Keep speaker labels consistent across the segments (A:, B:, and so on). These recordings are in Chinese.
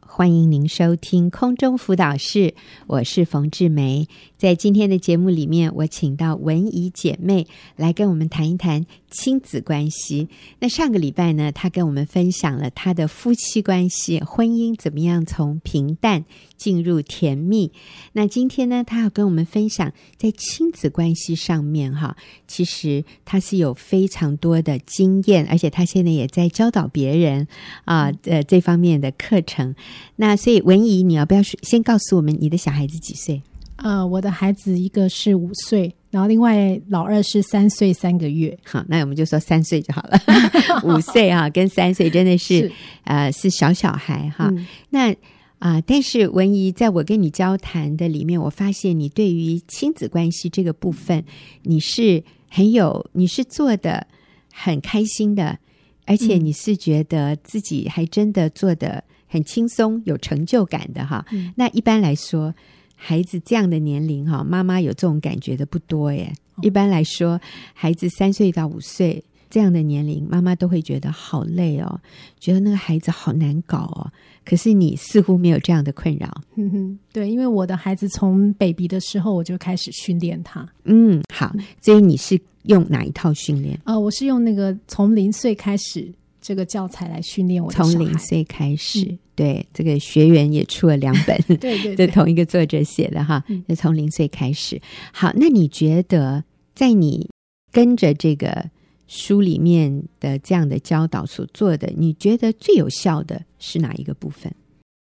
A: 欢迎您收听空中辅导室，我是冯志梅。在今天的节目里面，我请到文怡姐妹来跟我们谈一谈亲子关系。那上个礼拜呢，她跟我们分享了她的夫妻关系、婚姻怎么样从平淡进入甜蜜。那今天呢，她要跟我们分享在亲子关系上面哈，其实她是有非常多的经验，而且她现在也在教导别人啊，呃，这方面的课程。那所以文怡，你要不要说先告诉我们你的小孩子几岁？
B: 呃，我的孩子一个是五岁，然后另外老二是三岁三个月。
A: 好，那我们就说三岁就好了。 五岁啊，跟三岁真的是
B: 是
A: 呃是小小孩哈。
B: 嗯
A: 那啊、但是文怡，在我跟你交谈的里面，我发现你对于亲子关系这个部分，你是很有，你是做的很开心的，而且
B: 嗯
A: 你是觉得自己还真的做的很轻松、有成就感的哈。
B: 嗯
A: 那一般来说，孩子这样的年龄哈，妈妈有这种感觉的不多耶。
B: 哦
A: 一般来说，孩子三岁到五岁这样的年龄，妈妈都会觉得好累哦，觉得那个孩子好难搞哦。可是你似乎没有这样的困扰。
B: 哼哼，嗯 对，因为我的孩子从 baby 的时候我就开始训练他。
A: 嗯，好，所以你是用哪一套训练？
B: 呃，我是用那个从零岁开始这个教材来训练我的
A: 从
B: 小
A: 零
B: 孩。
A: 岁开始，
B: 嗯
A: 对这个学员也出了两本，
B: 对对
A: 这
B: 对，
A: 同一个作者写的哈
B: 嗯，
A: 就从零岁开始。好，那你觉得在你跟着这个书里面的这样的教导所做的，你觉得最有效的是哪一个部分？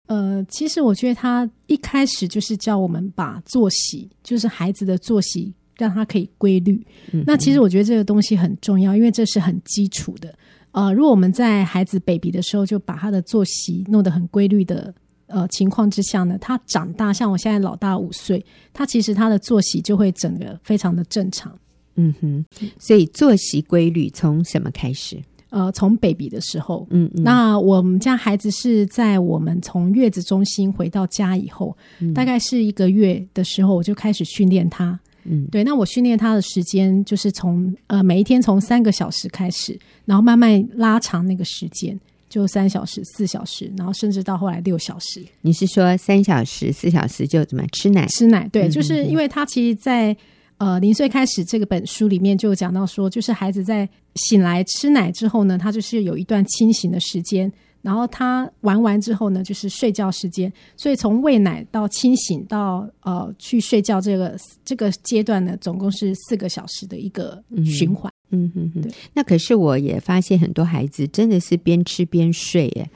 B: 呃，其实我觉得他一开始就是教我们把作息，就是孩子的作息。让他可以规律。
A: 嗯
B: 那其实我觉得这个东西很重要，因为这是很基础的。呃，如果我们在孩子 baby 的时候就把他的作息弄得很规律的呃情况之下呢，他长大，像我现在老大五岁，他其实他的作息就会整个非常的正常。
A: 嗯哼，所以作息规律从什么开始？
B: 呃，从 baby 的时候，
A: 嗯，嗯
B: 那我们家孩子是在我们从月子中心回到家以后，
A: 嗯
B: 大概是一个月的时候，我就开始训练他。
A: 嗯
B: 对，那我训练他的时间就是从呃每一天从三个小时开始，然后慢慢拉长那个时间，就三小时、四小时，然后甚至到后来六小时。
A: 你是说三小时、四小时就怎么吃奶？
B: 吃奶，对，
A: 嗯
B: 就是因为他其实在，呃零岁开始这个本书里面就有讲到说，就是孩子在醒来吃奶之后呢，他就是有一段清醒的时间，然后他玩完之后呢，就是睡觉时间，所以从喂奶到清醒到呃去睡觉这个这个阶段呢，总共是四个小时的一个循环。
A: 嗯哼哼
B: 对。
A: 那可是我也发现很多孩子真的是边吃边睡耶。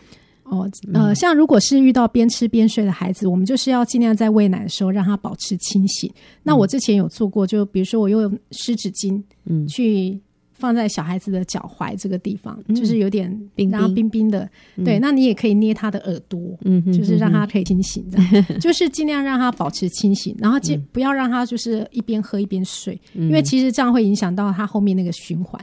B: 哦，
A: 嗯
B: 呃，像如果是遇到边吃边睡的孩子，我们就是要尽量在喂奶的时候让他保持清醒。那我之前有做过，就比如说我用湿纸巾，
A: 嗯
B: 去放在小孩子的脚踝这个地方，
A: 嗯
B: 就是有点
A: 冰冰
B: 让他冰冰的。对，那你也可以捏他的耳朵，
A: 嗯哼，
B: 就是让他可以清醒，这 样就是尽量让他保持清醒，然后尽
A: 嗯
B: 不要让他就是一边喝一边睡，
A: 因
B: 因为其实这样会影响到他后面那个循环，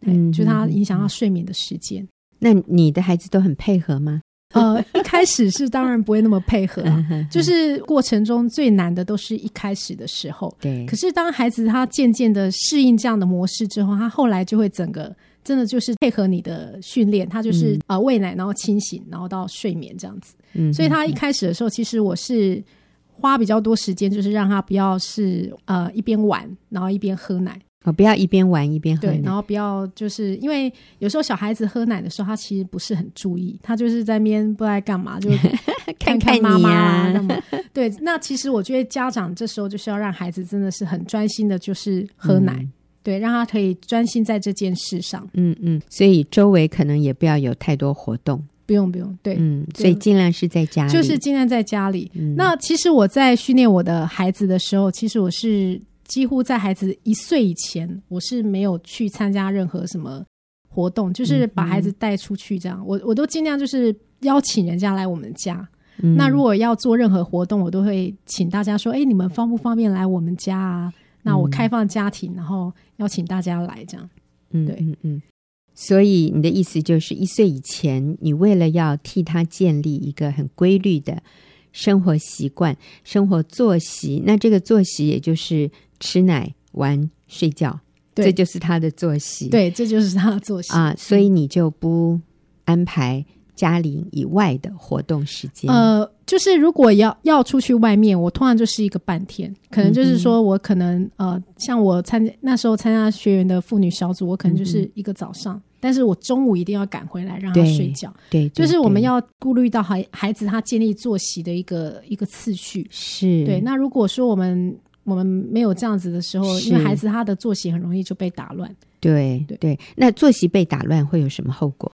B: 对
A: 嗯，
B: 就是他影响到睡眠的时间。
A: 那你的孩子都很配合吗？
B: 呃，一开始是当然不会那么配合
A: 嗯
B: 啊，就是过程中最难的都是一开始的时候，
A: 对，
B: 可是当孩子他渐渐的适应这样的模式之后，他后来就会整个真的就是配合你的训练，他就是、
A: 嗯
B: 呃喂奶，然后清醒，然后到睡眠这样子。
A: 嗯
B: 所以他一开始的时候，其实我是花比较多时间，就是让他不要是呃一边玩，然后一边喝奶，
A: 我不要一边玩一边喝
B: 对，
A: 奶
B: 然。后不要就是因为有时候小孩子喝奶的时候，他其实不是很注意，他就是在那边不知道在干嘛，就看
A: 看
B: 妈
A: 你
B: 妈
A: 呀
B: 啊，干 嘛？对，那其实我觉得家长这时候就是要让孩子真的是很专心的，
A: 嗯
B: 就是喝奶，对，让他可以专心在这件事上，
A: 嗯嗯，所以周围可能也不要有太多活动。
B: 不用不用，对，
A: 嗯，
B: 对
A: 所以尽量是在家里。
B: 就是尽量在家里。
A: 嗯
B: 那其实我在训练我的孩子的时候，其实我是几乎在孩子一岁以前，我是没有去参加任何什么活动，
A: 嗯
B: 就是把孩子带出去这样。我我都尽量就是邀请人家来我们家。
A: 嗯
B: 那如果要做任何活动，我都会请大家说：“哎、你们方不方便来我们家啊？”那我
A: 嗯
B: 开放家庭，然后邀请大家来这样。
A: 嗯
B: 对
A: 嗯嗯，所以你的意思就是，一岁以前，你为了要替他建立一个很规律的生活习惯、生活作息，那这个作息也就是吃奶、玩、睡觉，
B: 对
A: 这就是他的作息。啊
B: 对，这就是他的作息
A: 啊，所以你就不安排家庭以外的活动时间？
B: 呃，就是如果要要出去外面，我通常就是一个半天，可能就是
A: 嗯
B: 说我可能、呃，像我参加那时候参加学员的妇女小组，我可能
A: 嗯
B: 就是一个早上，但是我中午一定要赶回来让他
A: 对
B: 睡觉，
A: 对，对
B: 就是我们
A: 对
B: 要顾虑到孩孩子他建立作息的一个一个次序。
A: 是
B: 对，那如果说我们我们没有这样子的时候，
A: 是
B: 因为孩子他的作息很容易就被打乱，
A: 对
B: 对
A: 对，那作息被打乱会有什么后果？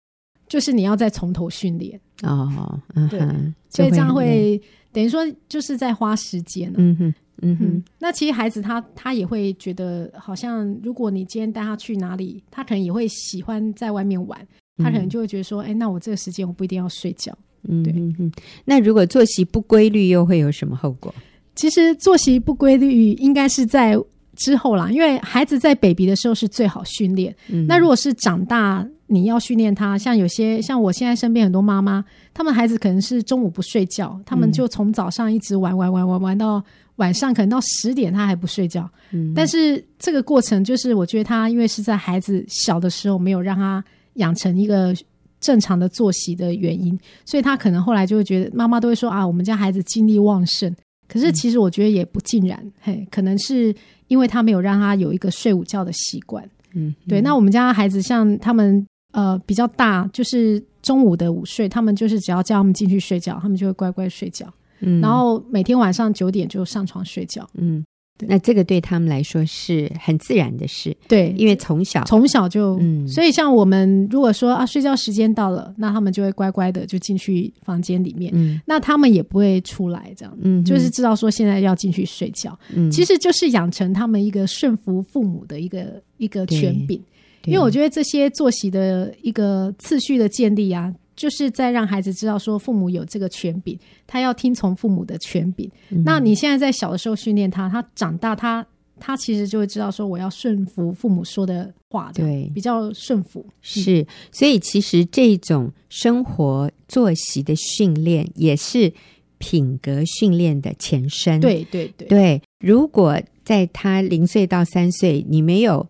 B: 就是你要再从头训练，
A: 哦，嗯
B: 对
A: 哼，
B: 所以这样
A: 很累，
B: 会等于说就是在花时间、啊。
A: 嗯哼，嗯
B: 嗯
A: 哼，，
B: 那其实孩子他他也会觉得，好像如果你今天带他去哪里，他可能也会喜欢在外面玩，他可能就会觉得说，哎、那我这个时间我不一定要睡觉。
A: 嗯
B: 对
A: 哼哼。那如果作息不规律，又会有什么后果？
B: 其实作息不规律应该是在之后啦，因为孩子在 baby 的时候是最好训练。
A: 嗯
B: 那如果是长大，你要训练他，像有些像我现在身边很多妈妈，他们孩子可能是中午不睡
A: 嗯
B: 觉，他们就从早上一直玩玩玩玩玩到晚上，可能到十点他还不睡觉。
A: 嗯
B: 但是这个过程就是，我觉得他因为是在孩子小的时候没有让他养成一个。正常的作息的原因，所以他可能后来就会觉得妈妈都会说啊，我们家孩子精力旺盛。可是其实我觉得也不尽然，嘿，可能是因为他没有让他有一个睡午觉的习惯。
A: 嗯，
B: 对，那我们家孩子像他们呃比较大，就是中午的午睡，他们就是只要叫他们进去睡觉，他们就会乖乖睡觉，
A: 嗯
B: 然后每天晚上九点就上床睡觉。
A: 嗯，
B: 对
A: 那这个对他们来说是很自然的事，
B: 对，
A: 因为从小
B: 从小就，
A: 嗯
B: 所以像我们如果说啊睡觉时间到了，那他们就会乖乖的就进去房间里面，
A: 嗯
B: 那他们也不会出来这样。
A: 嗯哼，
B: 就是知道说现在要进去睡觉，
A: 嗯
B: 其实就是养成他们一个顺服父母的一个一个
A: 对
B: 权柄。
A: 对
B: 因为我觉得这些作息的一个次序的建立啊，就是在让孩子知道说父母有这个权柄，他要听从父母的权柄。
A: 嗯
B: 那你现在在小的时候训练他，他长大他他其实就会知道说我要顺服父母说的话，这样
A: 对
B: 比较顺服。
A: 是，所以其实这种生活作息的训练也是品格训练的前身。
B: 对对对
A: 嗯对，如果在他零岁到三岁，你没有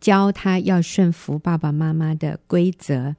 A: 教他要顺服爸爸妈妈的规则。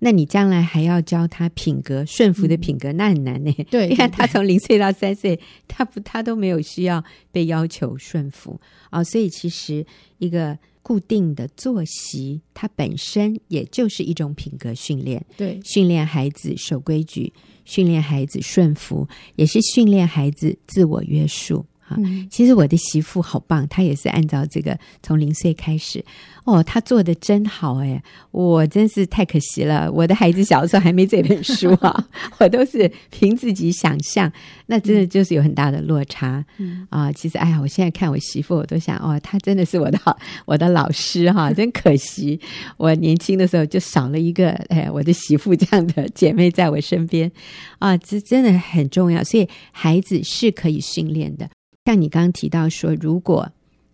A: 那你将来还要教他品格，顺服的品格，那很难呢、
B: 嗯对
A: 你看
B: 对
A: 他从零岁到三岁，他不他都没有需要被要求顺服啊、所以其实一个固定的作息，它本身也就是一种品格训练，
B: 对
A: 训练孩子守规矩，训练孩子顺服，也是训练孩子自我约束啊。
B: 嗯
A: 其实我的媳妇好棒，她也是按照这个从零岁开始，哦，她做的真好哎，我真是太可惜了，我的孩子小时候还没这本书 啊，我都是凭自己想象，那真的就是有很大的落差。
B: 嗯
A: 啊，其实哎呀，我现在看我媳妇，我都想哦，她真的是我的好我的老师 哈、真可惜，我年轻的时候就少了一个哎，我的媳妇这样的姐妹在我身边啊，这真的很重要，所以孩子是可以训练的。像你刚刚提到说，如果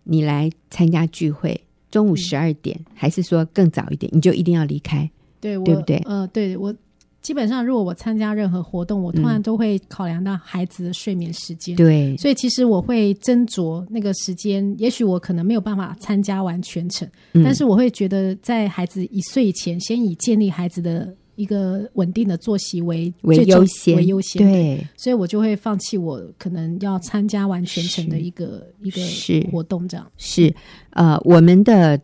A: 你来参加聚会，中
B: 嗯
A: 午十二点，还是说更早一点，你就一定要离开。
B: 对，我
A: 对不对
B: 呃，对我。基本上，如果我参加任何活动，我
A: 嗯
B: 通常都会考量到孩子的睡眠时间。
A: 对，
B: 所以其实我会斟酌那个时间，也许我可能没有办法参加完全程，
A: 嗯
B: 但是我会觉得在孩子一岁以前，先以建立孩子的一个稳定的作息为
A: 为
B: 最重
A: 优先，
B: 为优先。，
A: 对。
B: 所以我就会放弃我可能要参加完全程的
A: 是
B: 一个一个
A: 是
B: 活动这样。
A: 是，呃，我们的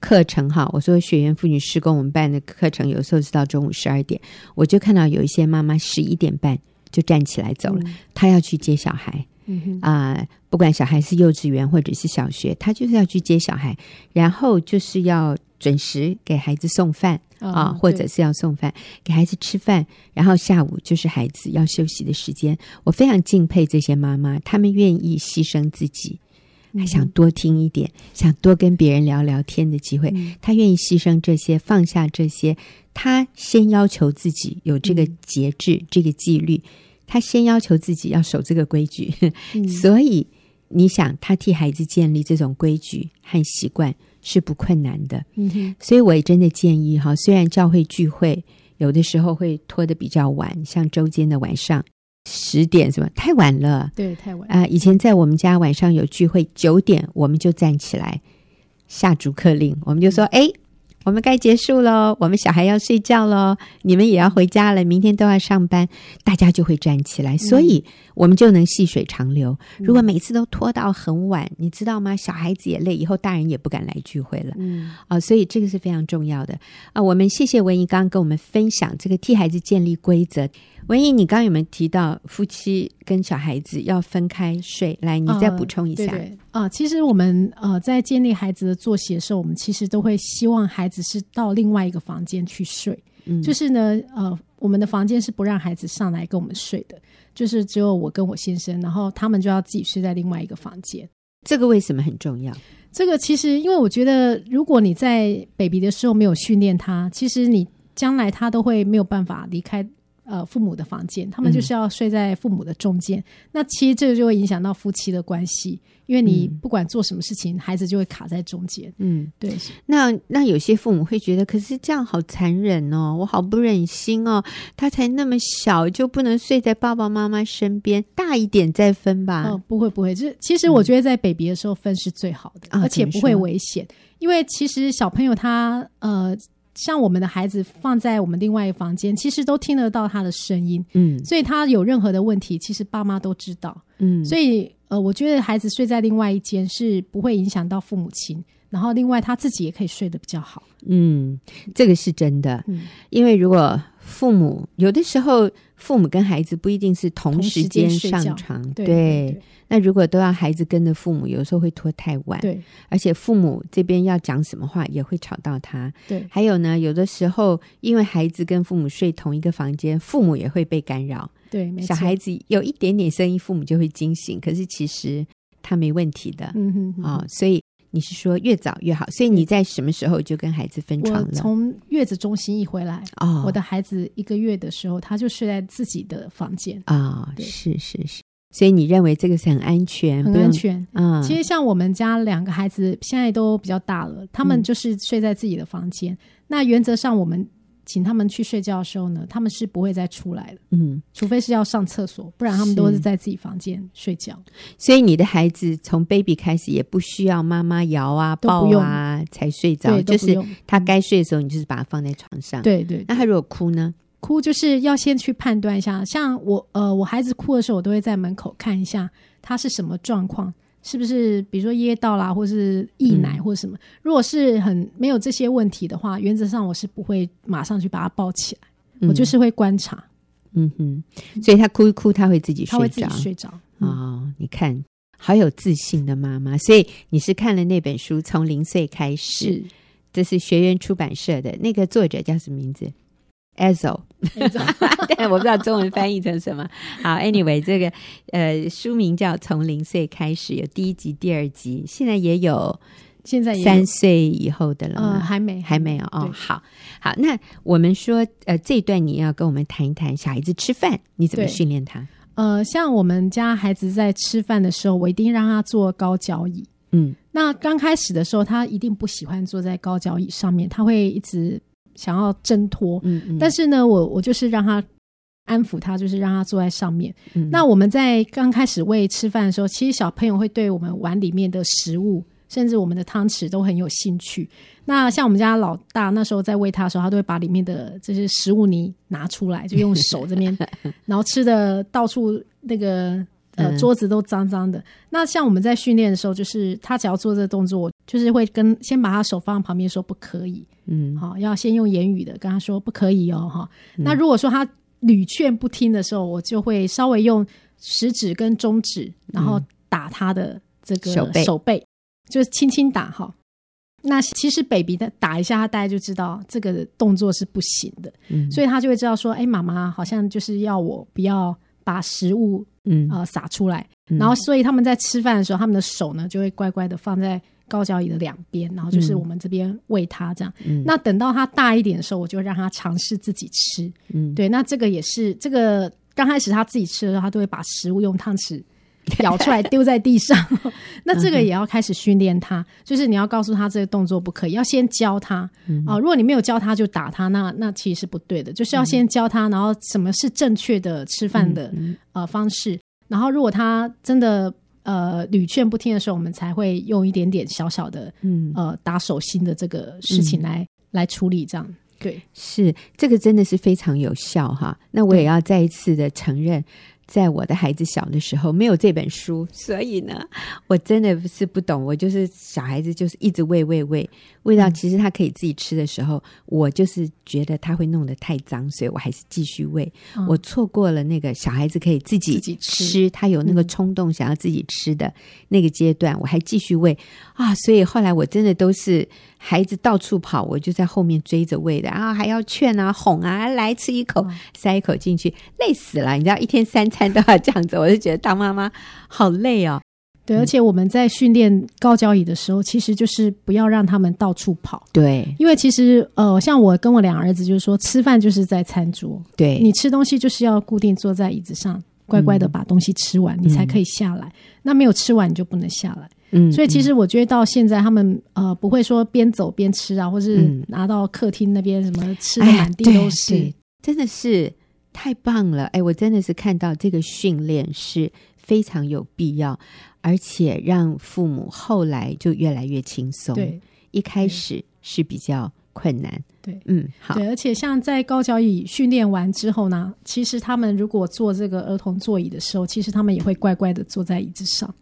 A: 课程哈，我说学员妇女施工，我们办的课程有时候是到中午十二点，我就看到有一些妈妈十一点半就站起来走了，她要去接小孩
B: 嗯哼，
A: 啊、不管小孩是幼稚园或者是小学，她就是要去接小孩，然后就是要准时给孩子送饭。啊，或者
B: 对
A: 是要送饭给孩子吃饭，然后下午就是孩子要休息的时间。我非常敬佩这些妈妈，她们愿意牺牲自己，
B: 嗯
A: 还想多听一点，想多跟别人聊聊天的机会，
B: 嗯
A: 她愿意牺牲这些，放下这些。她先要求自己有这个
B: 嗯
A: 节制，这个纪律，她先要求自己要守这个规矩，
B: 嗯
A: 所以你想，她替孩子建立这种规矩和习惯是不困难的。
B: 嗯哼，
A: 所以我也真的建议哈，虽然教会聚会有的时候会拖得比较晚，像周间的晚上十点什么太晚了
B: 对，太晚。
A: 啊、以前在我们家晚上有聚会，九点我们就站起来下逐客令，我们就说哎。我们该结束喽，我们小孩要睡觉喽，你们也要回家了，明天都要上班，大家就会站起来，所以我们就能细水长流。
B: 嗯
A: 如果每次都拖到很晚，你知道吗？小孩子也累，以后大人也不敢来聚会了。
B: 嗯，
A: 啊、所以这个是非常重要的啊、我们谢谢文怡刚刚跟我们分享这个替孩子建立规则。文怡，你刚刚有没有提到夫妻跟小孩子要分开睡？来，你再
B: 呃
A: 补充一下。
B: 对对啊、其实我们呃在建立孩子的作息的时候，我们其实都会希望孩子是到另外一个房间去睡。
A: 嗯
B: 就是呢，呃，我们的房间是不让孩子上来跟我们睡的，就是只有我跟我先生，然后他们就要自己睡在另外一个房间。
A: 这个为什么很重要？
B: 这个其实，因为我觉得，如果你在 baby 的时候没有训练他，其实你将来他都会没有办法离开呃父母的房间，他们就是要睡在父母的中
A: 嗯
B: 间。那其实这个就会影响到夫妻的关系，因为你不管做什么事情，孩子就会卡在中间。
A: 嗯，
B: 对，
A: 那那有些父母会觉得，可是这样好残忍哦，我好不忍心哦，他才那么小就不能睡在爸爸妈妈身边，大一点再分吧。
B: 嗯、不会不会，就是其实我觉得在 baby 的时候分是最好的，
A: 啊
B: 而且
A: 怎么
B: 不会
A: 说
B: 危险，因为其实小朋友他呃，像我们的孩子放在我们另外一个房间，其实都听得到他的声音，
A: 嗯
B: 所以他有任何的问题，其实爸妈都知道，
A: 嗯，
B: 所以呃，我觉得孩子睡在另外一间是不会影响到父母亲，然后另外他自己也可以睡得比较好，
A: 嗯，这个是真的，
B: 嗯
A: 因为如果父母有的时候，父母跟孩子不一定是同
B: 同
A: 时
B: 时
A: 间
B: 间睡觉
A: 上床，
B: 对对
A: 那如果都要孩子跟着父母，有时候会拖太晚，
B: 对
A: 而且父母这边要讲什么话也会吵到他。
B: 对
A: 还有呢，有的时候因为孩子跟父母睡同一个房间，父母也会被干扰。
B: 对，没
A: 小
B: 错，
A: 孩子有一点点声音，父母就会惊醒，可是其实他没问题的啊、
B: 嗯哼哼
A: 所以你是说越早越好？所以你在什么时候就跟孩子分床
B: 我
A: 了？
B: 从月子中心一回来，
A: 哦，
B: 我的孩子一个月的时候，他就睡在自己的房间，
A: 啊、
B: 对
A: 是是是，所以你认为这个是很安全，
B: 很
A: 不用
B: 安全。
A: 啊？
B: 其
A: 实
B: 实像我们家两个孩子现在都比较大了，他们就是睡在自己的房间。那原则上，我们请他们去睡觉的时候呢，他们是不会再出来的，
A: 嗯，
B: 除非是要上厕所，不然他
A: 是
B: 们都是在自己房间睡觉。
A: 所以你的孩子从 baby 开始也不需要妈妈摇啊、
B: 都不
A: 抱
B: 用
A: 啊才睡着，
B: 对，
A: 就
B: 都不
A: 是
B: 用。嗯
A: 他该睡的时候，你就是把他放在床上。，
B: 对对，
A: 那他如果哭呢？
B: 哭就是要先去判断一下。像我呃，我孩子哭的时候，我都会在门口看一下他是什么状况，是不是比如说噎到啦，或是溢奶
A: 嗯
B: 或什么。如果是很没有这些问题的话，原则上我是不会马上去把他抱起来，我就
A: 嗯
B: 是会观察，
A: 嗯哼，所以他哭一哭，他会自己
B: 他会
A: 睡
B: 自己
A: 着。
B: 睡着。嗯
A: 哦，你看，好有自信的妈妈。所以你是看了那本书《从零岁开始》，
B: 是，
A: 这是学员出版社的，那个作者叫什么名字 e z o
B: 那种
A: 但我不知道中文翻译成什么。好，anyway，这个呃书名叫《从零岁开始》，有第一集、第二集，现在也有
B: 现在也有
A: 三岁以后的了
B: 呃
A: 吗？
B: 还没
A: 还没有哦
B: 对，
A: 好好，那我们说，呃，这一段你要跟我们谈一谈，小孩子吃饭你怎么
B: 对
A: 训练他？
B: 呃，像我们家孩子在吃饭的时候，我一定让他坐高脚椅。
A: 嗯
B: 那刚开始的时候，他一定不喜欢坐在高脚椅上面，他会一直想要挣脱。
A: 嗯嗯，
B: 但
A: 是、
B: 是呢，我我就是让他安抚他，就是让他坐在上面。
A: 嗯
B: 那我们在刚开始喂吃饭的时候，其实小朋友会对我们碗里面的食物，甚至我们的汤匙都很有兴趣。那像我们家老大那时候在喂他的时候，他都会把里面的这些食物泥拿出来，就用手这 边，然后吃的到处那个。呃，
A: 嗯
B: 桌子都脏脏的。那像我们在训练的时候，就是他只要做这个动作，我就是会跟先把他手放在旁边说不可以，
A: 嗯
B: 好、要先用言语的跟他说不可以哦，哈、那如果说他屡劝不听的时候，我就会稍微用食指跟中指，然后打他的这个
A: 手背
B: 就是轻轻打哈。那其实 baby 的打一下，他大概就知道这个动作是不行的，
A: 嗯，
B: 所以他就会知道说，哎，妈妈好像就是要我不要把食物
A: 嗯，
B: 呃撒出来。
A: 嗯
B: 然后，所以他们在吃饭的时候，他们的手呢就会乖乖的放在高脚椅的两边，然后就是
A: 嗯
B: 我们这边喂他这样。
A: 嗯
B: 那等到他大一点的时候，我就让他尝试自己吃。
A: 嗯
B: 对，那这个也是这个刚开始他自己吃的时候，他都会把食物用汤匙舀出来丢在地上。那这个也要开始训练他，就是你要告诉他这个动作不可以，要先教他啊、如果你没有教他就打他，那那其实是不对的，就是要先教他，然后什么是正确的吃饭的、呃方式。然后如果他真的呃屡劝不听的时候，我们才会用一点点小小的
A: 嗯
B: 呃打手心的这个事情来来处理这样。对，
A: 是这个真的是非常有效哈。那我也要再一次的承认，在我的孩子小的时候没有这本书，所以呢，我真的是不懂。我就是小孩子，就是一直喂喂喂，喂到其实他可以自己吃的时候，我就是觉得他会弄得太脏，所以我还是继续喂。
B: 嗯
A: 我错过了那个小孩子可以哦自己嗯
B: 自己吃
A: 他有那个冲动想要自己吃的那个阶段，我还继续喂啊，所以后来我真的都是孩子到处跑，我就在后面追着喂的啊，还要劝啊、哄啊，来吃一口，塞一口进去，累死了。你知道一天三餐都要这样子，我就觉得当妈妈好累哦。
B: 对，
A: 嗯
B: 而且我们在训练高脚椅的时候，其实就是不要让他们到处跑，
A: 对
B: 因为其实呃，像我跟我两儿子就是说，吃饭就是在餐桌，
A: 对，嗯
B: 你吃东西就是要固定坐在椅子上，乖乖的把东西吃完，你才可以下来。那没有吃完你就不能下来。
A: 嗯
B: 所以其实我觉得到现在他们呃不会说边走边吃啊，或是
A: 嗯
B: 拿到客厅那边什么吃的
A: 哎呀
B: 满地
A: 对
B: 都是。
A: 对真的是太棒了！哎，我真的是看到这个训练是非常有必要，而且让父母后来就越来越轻松。
B: 对，
A: 一开始是比较困难。
B: 对
A: 嗯，好，
B: 对，而且像在高脚椅训练完之后呢，其实他们如果坐这个儿童座椅的时候，其实他们也会乖乖的坐在椅子上。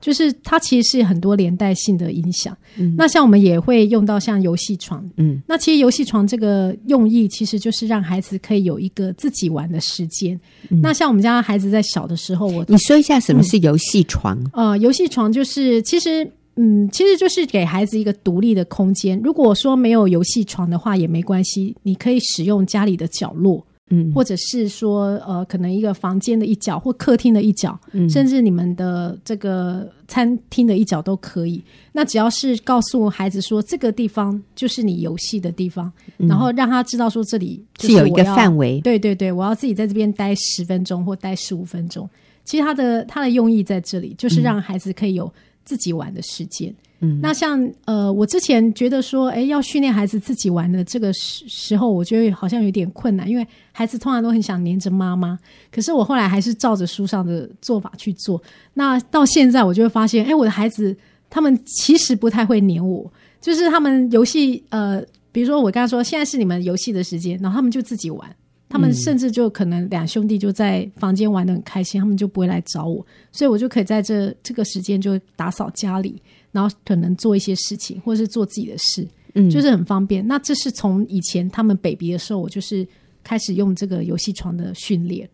B: 就是它其实是很多连带性的影响。
A: 嗯
B: 那像我们也会用到像游戏床，
A: 嗯
B: 那其实游戏床这个用意，其实就是让孩子可以有一个自己玩的时间。
A: 嗯
B: 那像我们家孩子在小的时候，我
A: 你说一下什么是游戏床？
B: 呃，游戏床就是其实。嗯，其实就是给孩子一个独立的空间。如果说没有游戏床的话也没关系，你可以使用家里的角落，
A: 嗯，
B: 或者是说呃，可能一个房间的一角或客厅的一角，
A: 嗯
B: 甚至你们的这个餐厅的一角都可以。那只要是告诉孩子说这个地方就是你游戏的地方，然后让他知道说这里就
A: 嗯
B: 是
A: 有一个
B: 我要
A: 范围。
B: 对对对，我要自己在这边待十分钟或待十五分钟。其实它的它的用意在这里，就是让孩子可以有自己玩的时间。
A: 嗯
B: 那像呃，我之前觉得说，哎，要训练孩子自己玩的这个时时候，我觉得好像有点困难，因为孩子通常都很想黏着妈妈。可是我后来还是照着书上的做法去做。那到现在，我就会发现，哎，我的孩子他们其实不太会黏我，就是他们游戏呃，比如说我跟他说现在是你们游戏的时间，然后他们就自己玩。他们甚至就可能两兄弟就在房间玩的很开心，他们就不会来找我，所以我就可以在这这个时间就打扫家里，然后可能做一些事情，或是做自己的事，
A: 嗯
B: 就是很方便。那这是从以前他们 baby 的时候，我就是开始用这个游戏床的训练。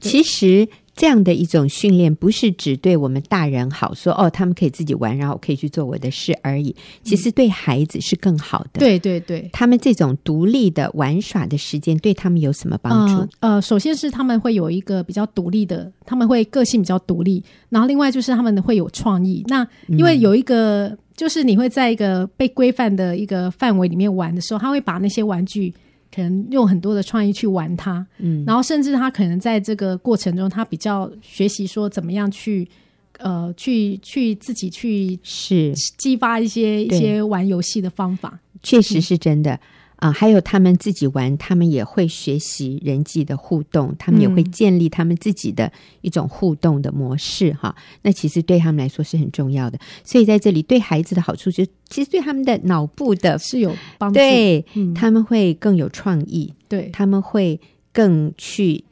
A: 其实这样的一种训练，不是只对我们大人好，说哦，他们可以自己玩，然后我可以去做我的事而已。其实对孩子是更好的。
B: 对对对，
A: 他们这种独立的玩耍的时间，对他们有什么帮助？
B: 呃呃，首先是他们会有一个比较独立的，他们会个性比较独立，然后另外就是他们会有创意。那
A: 嗯
B: 因为有一个，就是你会在一个被规范的一个范围里面玩的时候，他会把那些玩具。可能用很多的创意去玩它，
A: 嗯，
B: 然后甚至他可能在这个过程中，他比较学习说怎么样去，呃，去去自己去
A: 是，
B: 激发一些一
A: 对
B: 些玩游戏的方法。
A: 确实是真的啊、还有他们自己玩，他们也会学习人际的互动，他们也会
B: 嗯
A: 建立他们自己的一种互动的模式哈。那其实对他们来说是很重要的。所以在这里，对孩子的好处就是，其实对他们的脑部的，
B: 是有帮助，
A: 呃对、
B: 嗯
A: 他们会更有创意，
B: 对
A: 他们会更去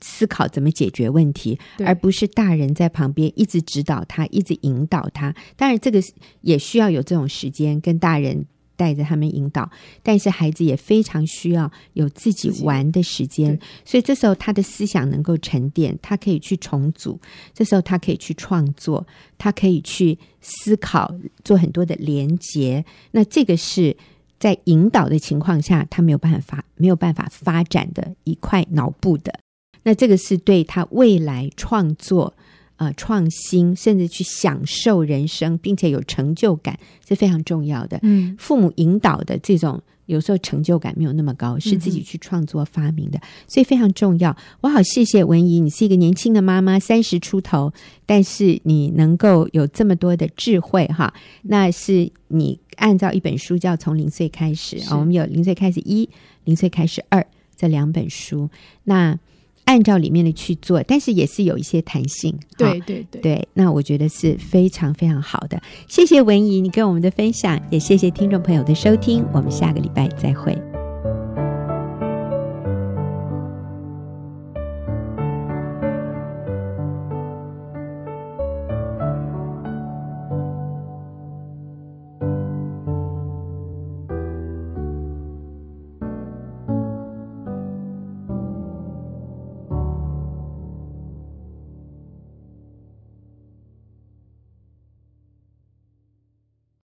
A: 思考怎么解决问题，
B: 对
A: 而不是大人在旁边一直指导他，一直引导他。当然，这个是也需要有这种时间跟大人。带着他们引导，但是孩子也非常需要有自己
B: 自己
A: 玩的时间
B: 对，
A: 所以这时候他的思想能够沉淀，他可以去重组，这时候他可以去创作，他可以去思考，做很多的连结。那这个是在引导的情况下，他没有办法没有办法发展的一块脑部的。那这个是对他未来创作、呃创新，甚至去享受人生，并且有成就感是非常重要的。
B: 嗯
A: 父母引导的这种，有时候成就感没有那么高，
B: 嗯
A: 是自己去创作发明的，所以非常重要。我好谢谢文怡，你是一个年轻的妈妈，三十出头，但是你能够有这么多的智慧哈，那是你按照一本书叫《从零岁开始》哦
B: 是
A: 啊、我们有《零岁开始一》《零岁开始二》这两本书，那。按照里面的去做，但是也是有一些弹性。
B: 对
A: 哈
B: 对对，
A: 对，那我觉得是非常非常好的。谢谢文怡你跟我们的分享，也谢谢听众朋友的收听，我们下个礼拜再会。